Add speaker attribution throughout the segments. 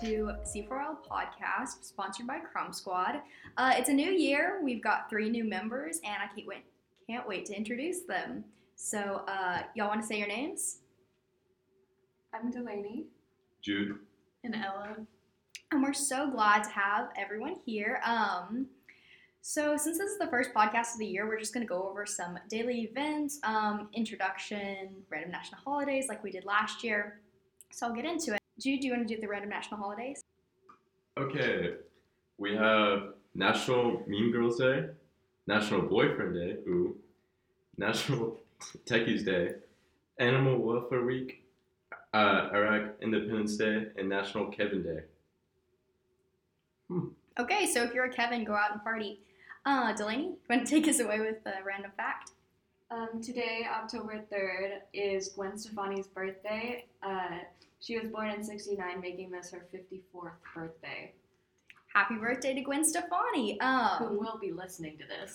Speaker 1: to C4L Podcast, sponsored by Crumb Squad. Uh, it's a new year. We've got three new members, and I can't wait, can't wait to introduce them. So, uh, y'all want to say your names?
Speaker 2: I'm Delaney.
Speaker 3: Jude,
Speaker 2: And Ella.
Speaker 1: And we're so glad to have everyone here. Um, so, since this is the first podcast of the year, we're just going to go over some daily events, um, introduction, random national holidays like we did last year. So, I'll get into it. Jude, do you want to do the random national holidays?
Speaker 3: okay, we have National Mean Girls Day, National Boyfriend Day, ooh, National Techies Day, Animal Welfare Week, uh, Iraq Independence Day, and National Kevin Day.
Speaker 1: Okay, so if you're a Kevin, go out and party. Uh, Delaney, you want to take us away with a random fact?
Speaker 2: Um, today, October 3rd, is Gwen Stefani's birthday. Uh, she was born in 69, making this her 54th birthday.
Speaker 1: Happy birthday to Gwen Stefani.
Speaker 2: Who
Speaker 1: Um,
Speaker 2: will be listening to this?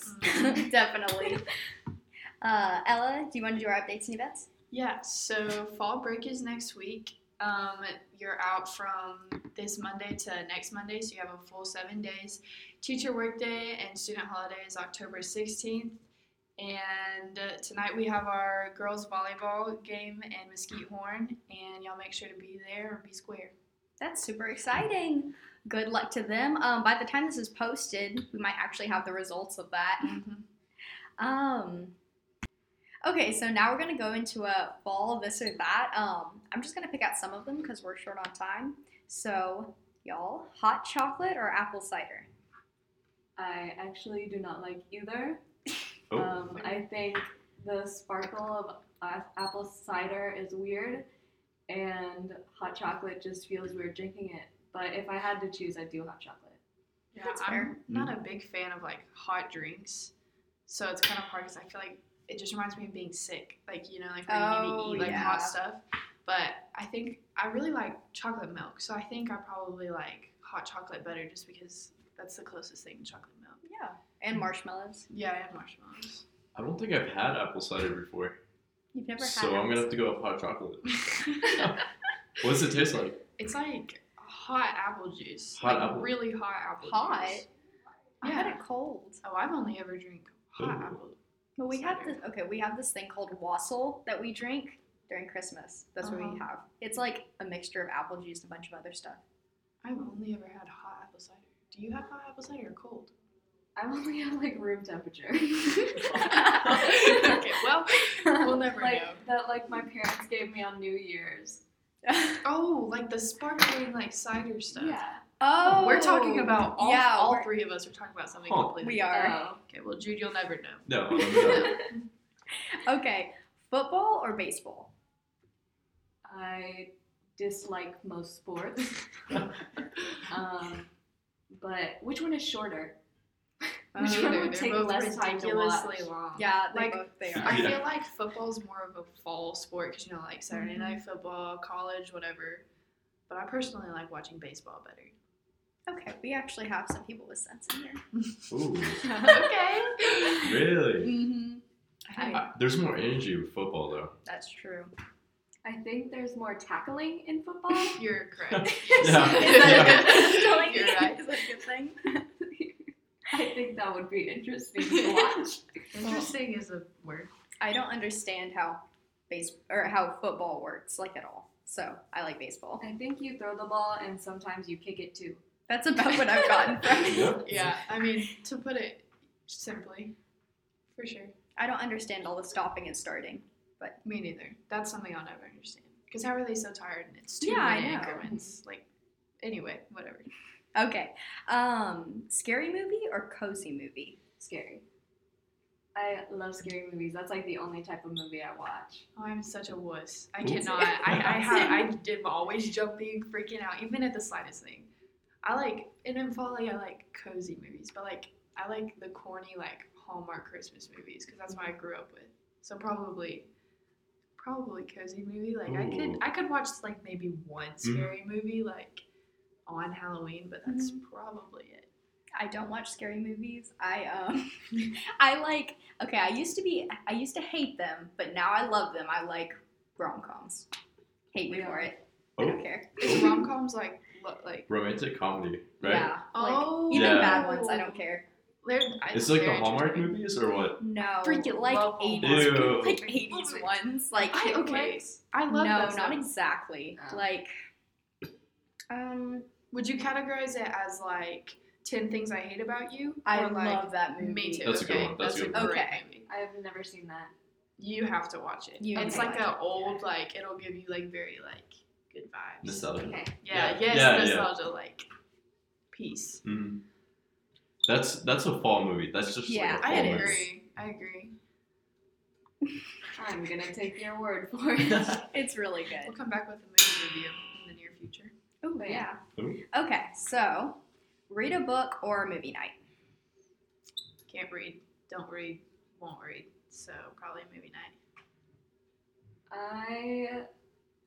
Speaker 1: definitely. Uh, Ella, do you want to do our updates and events?
Speaker 4: Yeah, so fall break is next week. Um, you're out from this Monday to next Monday, so you have a full seven days. Teacher workday and student holiday is October 16th. And uh, tonight we have our girls volleyball game in Mesquite Horn, and y'all make sure to be there or be square.
Speaker 1: That's super exciting. Good luck to them. Um, by the time this is posted, we might actually have the results of that. Um, okay, so now we're gonna go into a fall this or that. Um, I'm just gonna pick out some of them because we're short on time. So, y'all, hot chocolate or apple cider?
Speaker 2: I actually do not like either.
Speaker 3: Oh,
Speaker 2: Um, I think the sparkle of a- apple cider is weird, and hot chocolate just feels weird drinking it. But if I had to choose, I'd do hot chocolate.
Speaker 4: Yeah,
Speaker 1: That's
Speaker 4: I'm
Speaker 1: fair.
Speaker 4: not a big fan of like hot drinks, so it's kind of hard because I feel like it just reminds me of being sick, like you know, like when
Speaker 1: Oh,
Speaker 4: you need to eat like
Speaker 1: yeah.
Speaker 4: hot stuff. But I think I really like chocolate milk, so I think I probably like hot chocolate better just because that's the closest thing to chocolate milk.
Speaker 1: Yeah. And marshmallows.
Speaker 4: Yeah, and marshmallows.
Speaker 3: I don't think I've had apple cider before,
Speaker 1: You've never had.
Speaker 3: so I'm gonna have to go with hot chocolate. What does it taste like?
Speaker 4: it's like hot apple juice,
Speaker 3: Hot
Speaker 4: like
Speaker 3: apple-
Speaker 4: really hot apple
Speaker 1: Hot?
Speaker 4: juice.
Speaker 1: I had
Speaker 4: Yeah.
Speaker 1: it cold.
Speaker 4: Oh, I've only ever drink hot
Speaker 3: Ooh.
Speaker 4: apple.
Speaker 1: But we have this
Speaker 4: Cider.
Speaker 1: okay, we have this thing called wassail that we drink during Christmas. That's what we
Speaker 4: Uh-huh.
Speaker 1: have. It's like a mixture of apple juice and a bunch of other stuff.
Speaker 4: I've only ever had hot apple cider. Do you have hot apple cider or cold?
Speaker 2: I'm only at like room temperature.
Speaker 4: okay, well, we'll never
Speaker 2: like
Speaker 4: know.
Speaker 2: that, like my parents gave me on New Year's.
Speaker 4: Oh, like the sparkling like cider stuff.
Speaker 2: Yeah.
Speaker 1: Oh
Speaker 4: We're talking about all,
Speaker 1: yeah,
Speaker 4: all
Speaker 1: we're-
Speaker 4: three of us are talking about something
Speaker 3: Huh.
Speaker 4: completely.
Speaker 1: We are.
Speaker 2: Oh.
Speaker 4: Okay, well, Jude, you'll never know.
Speaker 3: No, I'm gonna-
Speaker 1: Okay. Football or baseball?
Speaker 2: I dislike most sports. um, but which one is shorter? Which
Speaker 1: Um,
Speaker 2: one
Speaker 4: Oh, Neither.
Speaker 2: would
Speaker 4: They're
Speaker 2: take
Speaker 4: both
Speaker 2: less time to watch?
Speaker 4: ridiculously long.
Speaker 1: Yeah, they
Speaker 4: Like-
Speaker 1: both they are.
Speaker 4: I
Speaker 3: Yeah.
Speaker 4: feel like football's more of a fall sport because you know, like Saturday
Speaker 1: Mhm.
Speaker 4: night football, college, whatever. But I personally like watching baseball better.
Speaker 1: Okay, we actually have some people with sense in here.
Speaker 3: Ooh,
Speaker 4: okay.
Speaker 3: really?
Speaker 1: Mm-hmm. I,
Speaker 3: Uh, There's more energy with football though.
Speaker 1: that's true.
Speaker 2: I think there's more tackling in football.
Speaker 4: You're correct.
Speaker 3: Yeah.
Speaker 1: Is that a good,
Speaker 4: You're right.
Speaker 1: Is that a good thing?
Speaker 2: I think that would be interesting to watch.
Speaker 4: Interesting is a word.
Speaker 1: I don't understand how base or how football works like at all. So I like baseball.
Speaker 2: I think you throw the ball and sometimes you kick it too.
Speaker 1: That's about what I've gotten from it.
Speaker 3: Yep.
Speaker 4: Yeah, I mean, to put it simply, for sure.
Speaker 1: I don't understand all the stopping and starting.
Speaker 4: Me neither. That's something I'll never understand. Because how are they so tired and it's two
Speaker 1: Yeah, I
Speaker 4: minute
Speaker 1: know.
Speaker 4: increments? Like, anyway, whatever.
Speaker 1: Okay. Um, scary movie or cozy movie?
Speaker 2: Scary. I love scary movies. That's like the only type of movie I watch.
Speaker 4: Oh, I'm such a wuss. I
Speaker 3: Me too.
Speaker 4: cannot. I, I have. I am always jumping, freaking out, even at the slightest thing. I like, and in fall, like, I like cozy movies, but like, I like the corny, like Hallmark Christmas movies because that's what I grew up with. So probably, probably cozy movie. Like I could,
Speaker 3: Ooh.
Speaker 4: I could watch like maybe one scary movie like on Halloween, but that's probably it.
Speaker 1: I don't watch scary movies. I um I like okay, I used to be I used to hate them, but now I love them. I like rom coms. Hate me
Speaker 2: Yeah.
Speaker 1: for it. I
Speaker 3: Oh,
Speaker 1: don't care.
Speaker 4: Is rom coms like look like.
Speaker 3: Romantic comedy, right?
Speaker 1: Yeah. Like,
Speaker 4: oh,
Speaker 1: even
Speaker 3: Yeah.
Speaker 1: bad ones, I don't care.
Speaker 4: They're- I-
Speaker 3: It's like the
Speaker 4: they're
Speaker 3: Hallmark
Speaker 4: interesting.
Speaker 3: movies or what?
Speaker 1: No.
Speaker 4: Freaking
Speaker 1: like
Speaker 2: love
Speaker 1: eighties,
Speaker 3: Ew.
Speaker 1: like eighties ones, like
Speaker 4: I,
Speaker 1: chick
Speaker 4: okay,
Speaker 1: flicks.
Speaker 4: I
Speaker 1: No,
Speaker 4: love
Speaker 1: not
Speaker 4: those. ones.
Speaker 1: exactly.
Speaker 2: Oh.
Speaker 1: Like, um,
Speaker 4: Would you categorize it as like ten things I hate about you?
Speaker 1: I
Speaker 4: Or, like,
Speaker 1: love that movie.
Speaker 4: Me too.
Speaker 3: That's a good
Speaker 4: okay.
Speaker 3: one, that's a good
Speaker 1: one.
Speaker 4: great
Speaker 1: Okay.
Speaker 4: movie.
Speaker 2: I have never seen that.
Speaker 4: You have to watch it.
Speaker 1: You
Speaker 4: it's
Speaker 1: have to
Speaker 4: like
Speaker 1: watch
Speaker 4: an old like it'll give you like very like good vibes.
Speaker 3: Nostalgia.
Speaker 2: Okay.
Speaker 4: Yeah.
Speaker 3: Yeah.
Speaker 4: Yes.
Speaker 3: Yeah, yeah.
Speaker 4: nostalgia. Like peace.
Speaker 3: Mhm. That's that's a fall movie. That's just
Speaker 1: Yeah,
Speaker 3: like a
Speaker 4: I
Speaker 3: fall movie.
Speaker 4: agree. I agree.
Speaker 2: I'm gonna take your word for it.
Speaker 1: It's really good.
Speaker 4: We'll come back with a movie review in the near future.
Speaker 1: Oh yeah.
Speaker 2: yeah.
Speaker 3: Ooh.
Speaker 1: Okay, so read a book or a movie night.
Speaker 4: Can't read. Don't read. Won't read. So probably movie night.
Speaker 2: I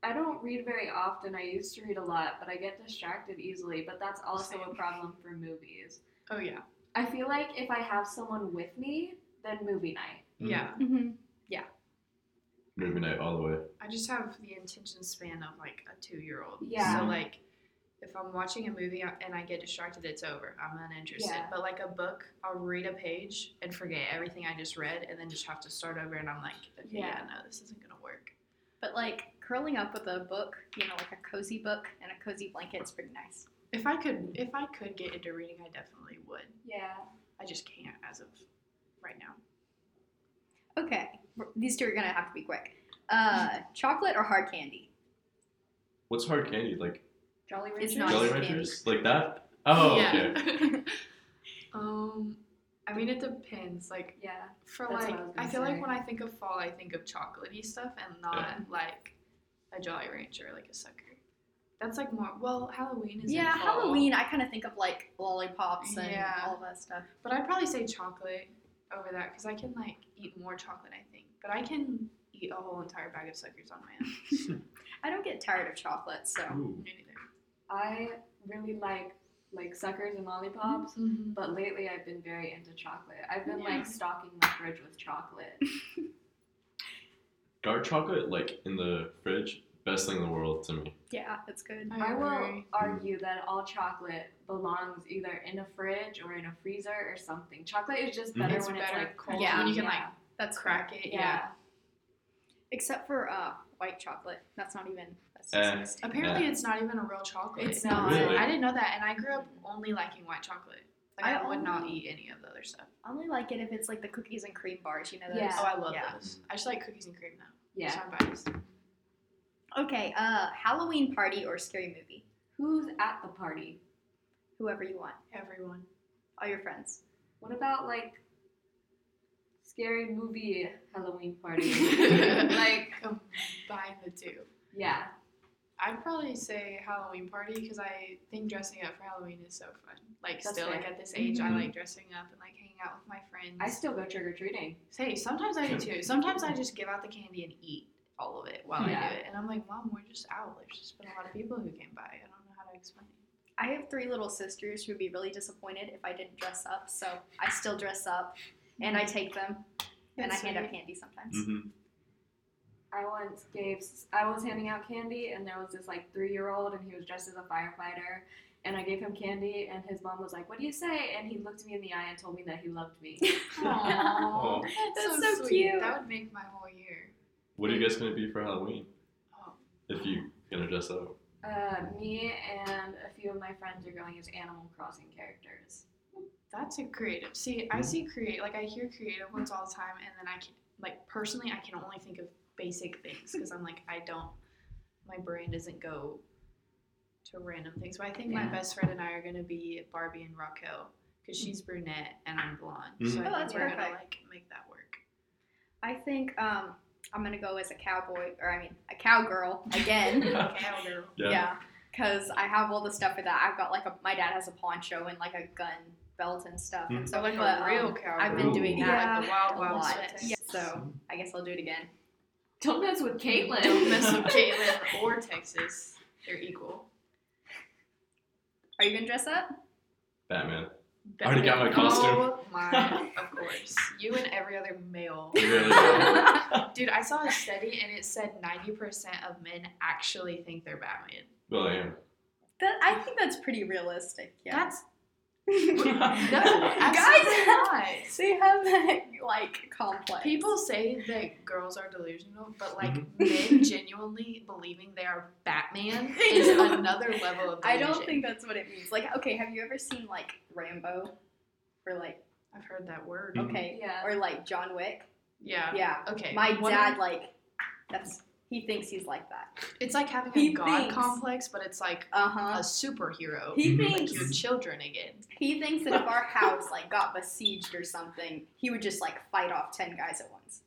Speaker 2: I don't read very often. I used to read a lot, but I get distracted easily. But that's also a
Speaker 4: Same.
Speaker 2: problem for movies.
Speaker 4: Oh yeah.
Speaker 2: I feel like if I have someone with me, then movie night.
Speaker 3: Mhm.
Speaker 4: Yeah.
Speaker 3: Movie night all the way.
Speaker 4: I just have the attention span of like a two year old.
Speaker 2: Yeah.
Speaker 4: So like, if I'm watching a movie uh, and I get distracted, it's over. I'm uninterested.
Speaker 2: Yeah.
Speaker 4: But like a book, I'll read a page and forget everything I just read, and then just have to start over. And I'm like, okay, yeah,
Speaker 2: Yeah.
Speaker 4: no, this isn't gonna work.
Speaker 1: But like curling up with a book, you know, like a cozy book and a cozy blanket is pretty nice.
Speaker 4: If I could, if I could get into reading, I definitely would.
Speaker 2: Yeah.
Speaker 4: I just can't as of right now.
Speaker 1: Okay, these two are gonna have to be quick. Uh, chocolate or hard candy?
Speaker 3: What's hard candy? Like
Speaker 2: Jolly Ranchers.
Speaker 1: It's not
Speaker 3: Jelly
Speaker 1: candy.
Speaker 3: Ranchers? Like that? Oh, okay.
Speaker 4: okay. um, I mean, it depends. Like
Speaker 2: Yeah.
Speaker 4: For
Speaker 2: That's what
Speaker 4: like,
Speaker 2: I was
Speaker 4: I,
Speaker 2: gonna
Speaker 4: feel like
Speaker 2: say.
Speaker 4: when I think of fall, I think of chocolatey stuff and not like a Jolly Rancher, like a sucker. That's like more. Well, Halloween is in
Speaker 1: Yeah,
Speaker 4: fall.
Speaker 1: Halloween. I kind of think of like lollipops and
Speaker 4: Yeah.
Speaker 1: all that stuff.
Speaker 4: But I'd probably say chocolate over that because I can like eat more chocolate. I think, but I can eat a whole entire bag of suckers on my own.
Speaker 1: I don't get tired of chocolate, so
Speaker 3: Ooh.
Speaker 4: Me neither.
Speaker 2: I really like like suckers and lollipops, but lately I've been very into chocolate. I've been
Speaker 4: Mm-hmm. Yeah.
Speaker 2: like stocking my fridge with chocolate.
Speaker 3: Dark chocolate, like in the fridge, best thing in the world to me.
Speaker 1: yeah, it's good.
Speaker 2: I will
Speaker 4: agree.
Speaker 2: argue that all chocolate belongs either in a fridge or in a freezer or something. Chocolate is just
Speaker 3: Mhm.
Speaker 2: better
Speaker 4: It's
Speaker 2: when it's
Speaker 4: better
Speaker 2: like cold.
Speaker 1: Yeah.
Speaker 4: when you can,
Speaker 2: yeah.
Speaker 1: That's
Speaker 4: crack it.
Speaker 2: yeah.
Speaker 4: yeah.
Speaker 1: Except for uh, white chocolate. That's not even. That's
Speaker 3: Eh.
Speaker 1: disgusting.
Speaker 4: Apparently, it's not even a real chocolate.
Speaker 1: It's not.
Speaker 3: Really?
Speaker 4: I didn't know that, and I grew up only liking white chocolate. Like I,
Speaker 1: I
Speaker 4: would not
Speaker 1: only-
Speaker 4: eat any of the other stuff.
Speaker 1: I only like it if it's like the cookies and cream bars. You know those.
Speaker 2: Yeah.
Speaker 4: Oh, I love
Speaker 1: Yeah.
Speaker 4: those. I just like cookies and cream though.
Speaker 2: Yeah.
Speaker 4: So I'm biased.
Speaker 1: Okay. Uh, Halloween party or scary movie?
Speaker 2: Who's at the party?
Speaker 1: Whoever you want.
Speaker 4: Everyone.
Speaker 1: All your friends.
Speaker 2: What about like scary movie Halloween party? like
Speaker 4: Combine um, the two.
Speaker 2: yeah.
Speaker 4: I'd probably say Halloween party because I think dressing up for Halloween is so fun. Like
Speaker 2: That's
Speaker 4: still like
Speaker 2: fair.
Speaker 4: at this age,
Speaker 3: Mhm.
Speaker 4: I like dressing up and like hanging out with my friends.
Speaker 2: I still go trick or treating.
Speaker 4: say sometimes I do too. Sometimes I just give out the candy and eat all of it while I
Speaker 2: Yeah.
Speaker 4: do it, and I'm like, Mom, we're just out. There's just been a lot of people who came by. I don't know how to explain. it.
Speaker 1: I have three little sisters who would be really disappointed if I didn't dress up. So I still dress up, and I take them, and I
Speaker 4: Mm. That's
Speaker 1: hand out
Speaker 4: sweet.
Speaker 1: candy sometimes.
Speaker 3: Mm-hmm.
Speaker 2: I once gave, I was handing out candy, and there was this like three year old, and he was dressed as a firefighter. And I gave him candy, and his mom was like, What do you say? And he looked me in the eye and told me that he loved me.
Speaker 4: Aw,
Speaker 3: Oh.
Speaker 1: That's so
Speaker 4: sweet.
Speaker 1: cute.
Speaker 4: That would make my whole year.
Speaker 3: What are you guys gonna be for Halloween?
Speaker 4: Oh,
Speaker 3: If you gonna dress up?
Speaker 2: Uh, me and a few of my friends are going as Animal Crossing characters.
Speaker 4: that's a creative. See, I
Speaker 3: Mhm.
Speaker 4: see create like I hear creative ones all the time, and then I can like personally I can only think of basic things because I'm like I don't my brain doesn't go to random things. But I think my
Speaker 2: Yeah.
Speaker 4: best friend and I are gonna be Barbie and Rocco because she's brunette and I'm blonde,
Speaker 3: Mhm.
Speaker 4: so I
Speaker 1: Oh,
Speaker 4: think
Speaker 1: that's
Speaker 4: we're gonna
Speaker 1: perfect.
Speaker 4: like make that work.
Speaker 1: I think um, I'm gonna go as a cowboy, or I mean, a cowgirl again.
Speaker 4: Okay, I'll do.
Speaker 3: Yeah.
Speaker 1: Yeah, because I have all the stuff for that. I've got like a my dad has a poncho and like a gun belt and stuff.
Speaker 3: Mhm.
Speaker 1: And
Speaker 4: So
Speaker 1: so
Speaker 4: like
Speaker 1: but,
Speaker 4: a real
Speaker 1: um,
Speaker 4: cowgirl.
Speaker 1: I've been doing
Speaker 3: Ooh.
Speaker 1: that
Speaker 4: like the wild
Speaker 1: a
Speaker 4: wild
Speaker 1: lot.
Speaker 4: West.
Speaker 1: Yeah, So I guess I'll do it again.
Speaker 2: Don't mess with Caitlin.
Speaker 4: Don't mess with Caitlin or Texas. They're equal.
Speaker 1: Are you gonna dress up?
Speaker 3: Batman. I already got my costume.
Speaker 4: Oh my, of course. You and every other male.
Speaker 3: You really are.
Speaker 4: Dude, I saw a study and it said 90% of men actually think they're Batman.
Speaker 3: Well I am.
Speaker 1: That, I think that's pretty realistic. Yeah.
Speaker 4: That's no,
Speaker 1: Guys-
Speaker 4: absolutely not.
Speaker 1: they have that like complex.
Speaker 4: People say that girls are delusional, but like
Speaker 3: Mm-hmm.
Speaker 4: men genuinely believing they are Batman is
Speaker 1: know.
Speaker 4: another level of delusion.
Speaker 1: I don't think that's what it means. Like, okay, have you ever seen like Rambo, or like
Speaker 4: I've heard that word.
Speaker 3: Mhm.
Speaker 1: okay,
Speaker 2: Yeah.
Speaker 1: or like John Wick?
Speaker 4: Yeah.
Speaker 1: Yeah.
Speaker 4: Okay.
Speaker 1: My
Speaker 4: one-
Speaker 1: dad like that's he thinks he's like that.
Speaker 4: It's like having
Speaker 1: he
Speaker 4: a god
Speaker 1: thinks-
Speaker 4: complex, but it's like
Speaker 1: Uh
Speaker 4: a
Speaker 1: huh.
Speaker 4: superhero.
Speaker 1: He
Speaker 3: Mhm.
Speaker 4: like
Speaker 1: thinks
Speaker 4: your children again.
Speaker 1: he thinks that if our house like got besieged or something, he would just like fight off ten guys at once.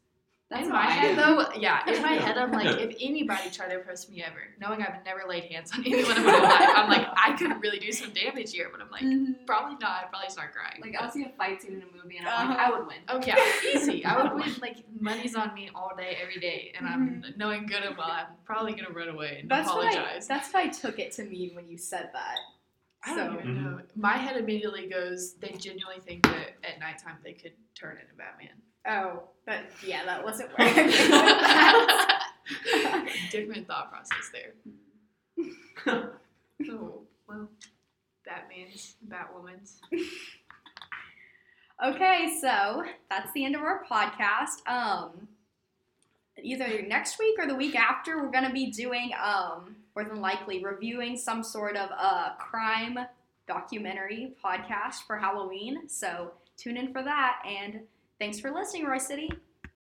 Speaker 4: in
Speaker 2: how
Speaker 4: my
Speaker 2: I
Speaker 4: head,
Speaker 2: am.
Speaker 4: though, yeah, in my
Speaker 3: Yeah.
Speaker 4: head, I'm like, if anybody tried to approach me ever, knowing I've never laid hands on anyone in my life, I'm like, I could really do some damage here, but I'm like, probably not. I'd probably start crying.
Speaker 2: Like I'll see a fight scene in a movie and I'm
Speaker 1: Uh-huh.
Speaker 2: like, I would win.
Speaker 4: Oh yeah, easy. I would win like money's on me all day, every day, and I'm knowing good and well, I'm probably gonna run away
Speaker 1: Mm-hmm.
Speaker 4: and
Speaker 1: That's what I,
Speaker 4: apologize.
Speaker 1: that's what I took it to mean when you said that.
Speaker 4: I, don't
Speaker 1: so-
Speaker 4: even know. My head immediately goes. They genuinely think that at nighttime they could turn into Batman.
Speaker 1: Oh, but yeah, that wasn't where I was going with that.
Speaker 4: Different thought process there. Oh well, Batman's, Batwoman's.
Speaker 1: Okay, so that's the end of our podcast. Um, either next week or the week after, we're gonna be doing um, more than likely reviewing some sort of uh, crime documentary podcast for Halloween. So tune in for that, and thanks for listening, Roy City.